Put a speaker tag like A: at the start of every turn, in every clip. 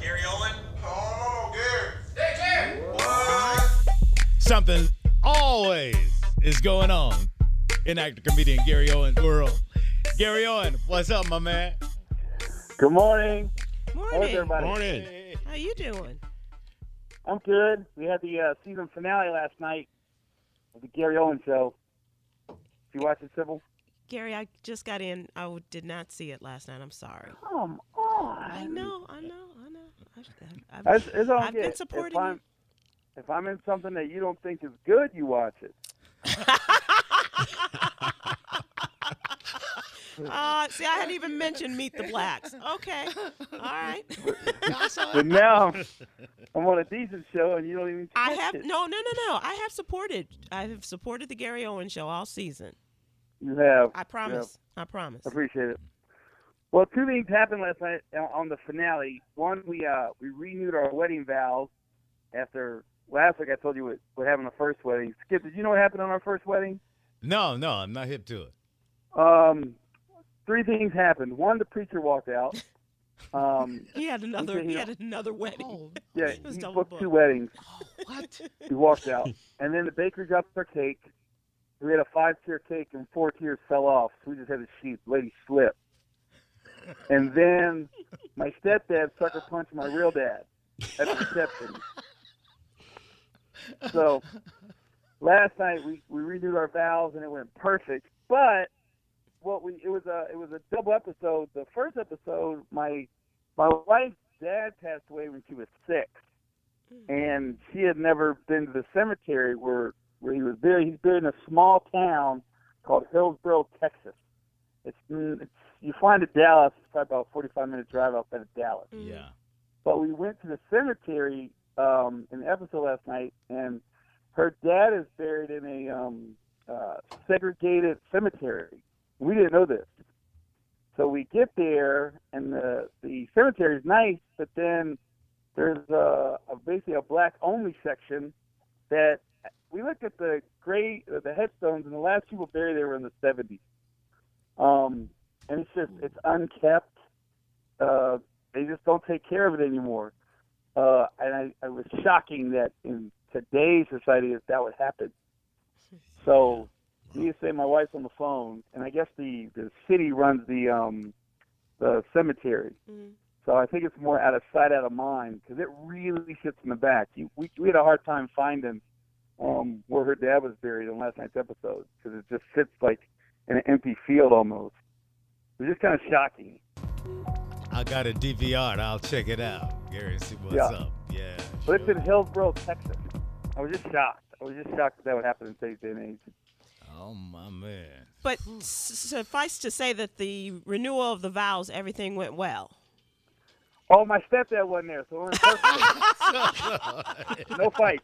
A: Gary Owen.
B: Oh, Gary.
C: Hey, Jerry.
B: What?
D: Something always is going on in actor comedian Gary Owen's world. Gary Owen, what's up, my man?
E: Good morning. How's
F: Morning.
E: everybody?
G: Morning.
F: How you doing?
E: I'm good. We had the uh, season finale last night of the Gary Owen show. Did you watch it, Sybil?
F: Gary, I just got in. I w- did not see it last night. I'm sorry.
E: Come on.
F: I know, I know, I know. I- I've,
E: It's, it's all
F: I've
E: good.
F: been supporting
E: if I'm,
F: you.
E: If I'm in something that you don't think is good, you watch it.
F: Uh, see, I hadn't even mentioned Meet the Blacks. Okay. All right.
E: But now I'm on a decent show and you don't even
F: I
E: catch
F: have
E: it.
F: no, no, no, no. I have supported. I have supported the Gary Owen show all season.
E: You have.
F: I promise. I promise.
E: I appreciate it. Well, two things happened last night uh, on the finale. One, we uh, we renewed our wedding vows after last week. I told you what, what happened on the first wedding. Skip, did you know what happened on our first wedding?
D: No, no, I'm not hip to it.
E: Um, three things happened. One, the preacher walked out. Um,
F: He had another.
E: Okay,
F: He
E: yeah.
F: had another wedding.
G: Oh,
E: yeah,
F: It was
E: he
F: double
E: booked
F: booked. Oh,
E: two weddings.
G: what?
E: He walked out, and then the baker dropped their cake. We had a five-tier cake, and four tiers fell off. So we just had a sheep. Lady slipped, and then my stepdad sucker punched my real dad at the reception. So last night we we renewed our vows, and it went perfect. But what we it was a it was a double episode. The first episode, my my wife's dad passed away when she was six and she had never been to the cemetery where where he was buried. He's buried in a small town called Hillsboro, Texas. It's, mm, it's you find it Dallas. It's probably about a 45 minute drive outside of Dallas.
F: Mm.
D: Yeah.
E: But we went to the cemetery um, in the episode last night, and her dad is buried in a um, uh, segregated cemetery. We didn't know this. So we get there, and the, the cemetery is nice, but then there's a, a basically a black only section that we looked at the grave, the headstones, and the last people buried there were in the 70s. Um, and it's just, it's unkept. Uh, they just don't take care of it anymore. Uh, and I, I was shocking that in today's society that that would happen. So, you say my wife's on the phone, and I guess the the city runs the um the cemetery.
F: Mhm.
E: So I think it's more out of sight, out of mind, because it really sits in the back. You, we we had a hard time finding um where her dad was buried in last night's episode because it just sits like in an empty field almost. It was just kind of shocking.
D: I got a DVR. I'll check it out, Gary, and see what's
E: Yeah.
D: up. Yeah.
E: But it's
D: sure.
E: in Hillsboro, Texas. I was just shocked. I was just shocked that that would happen in today's day and age.
D: Oh my man.
F: But s- suffice to say that the renewal of the vows, everything went well.
E: Oh, my stepdad wasn't there, so it was perfect. no fight.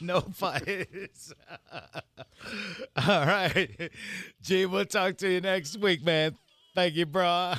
D: No fights. All right. Gee, we'll talk to you next week, man. Thank you, bro.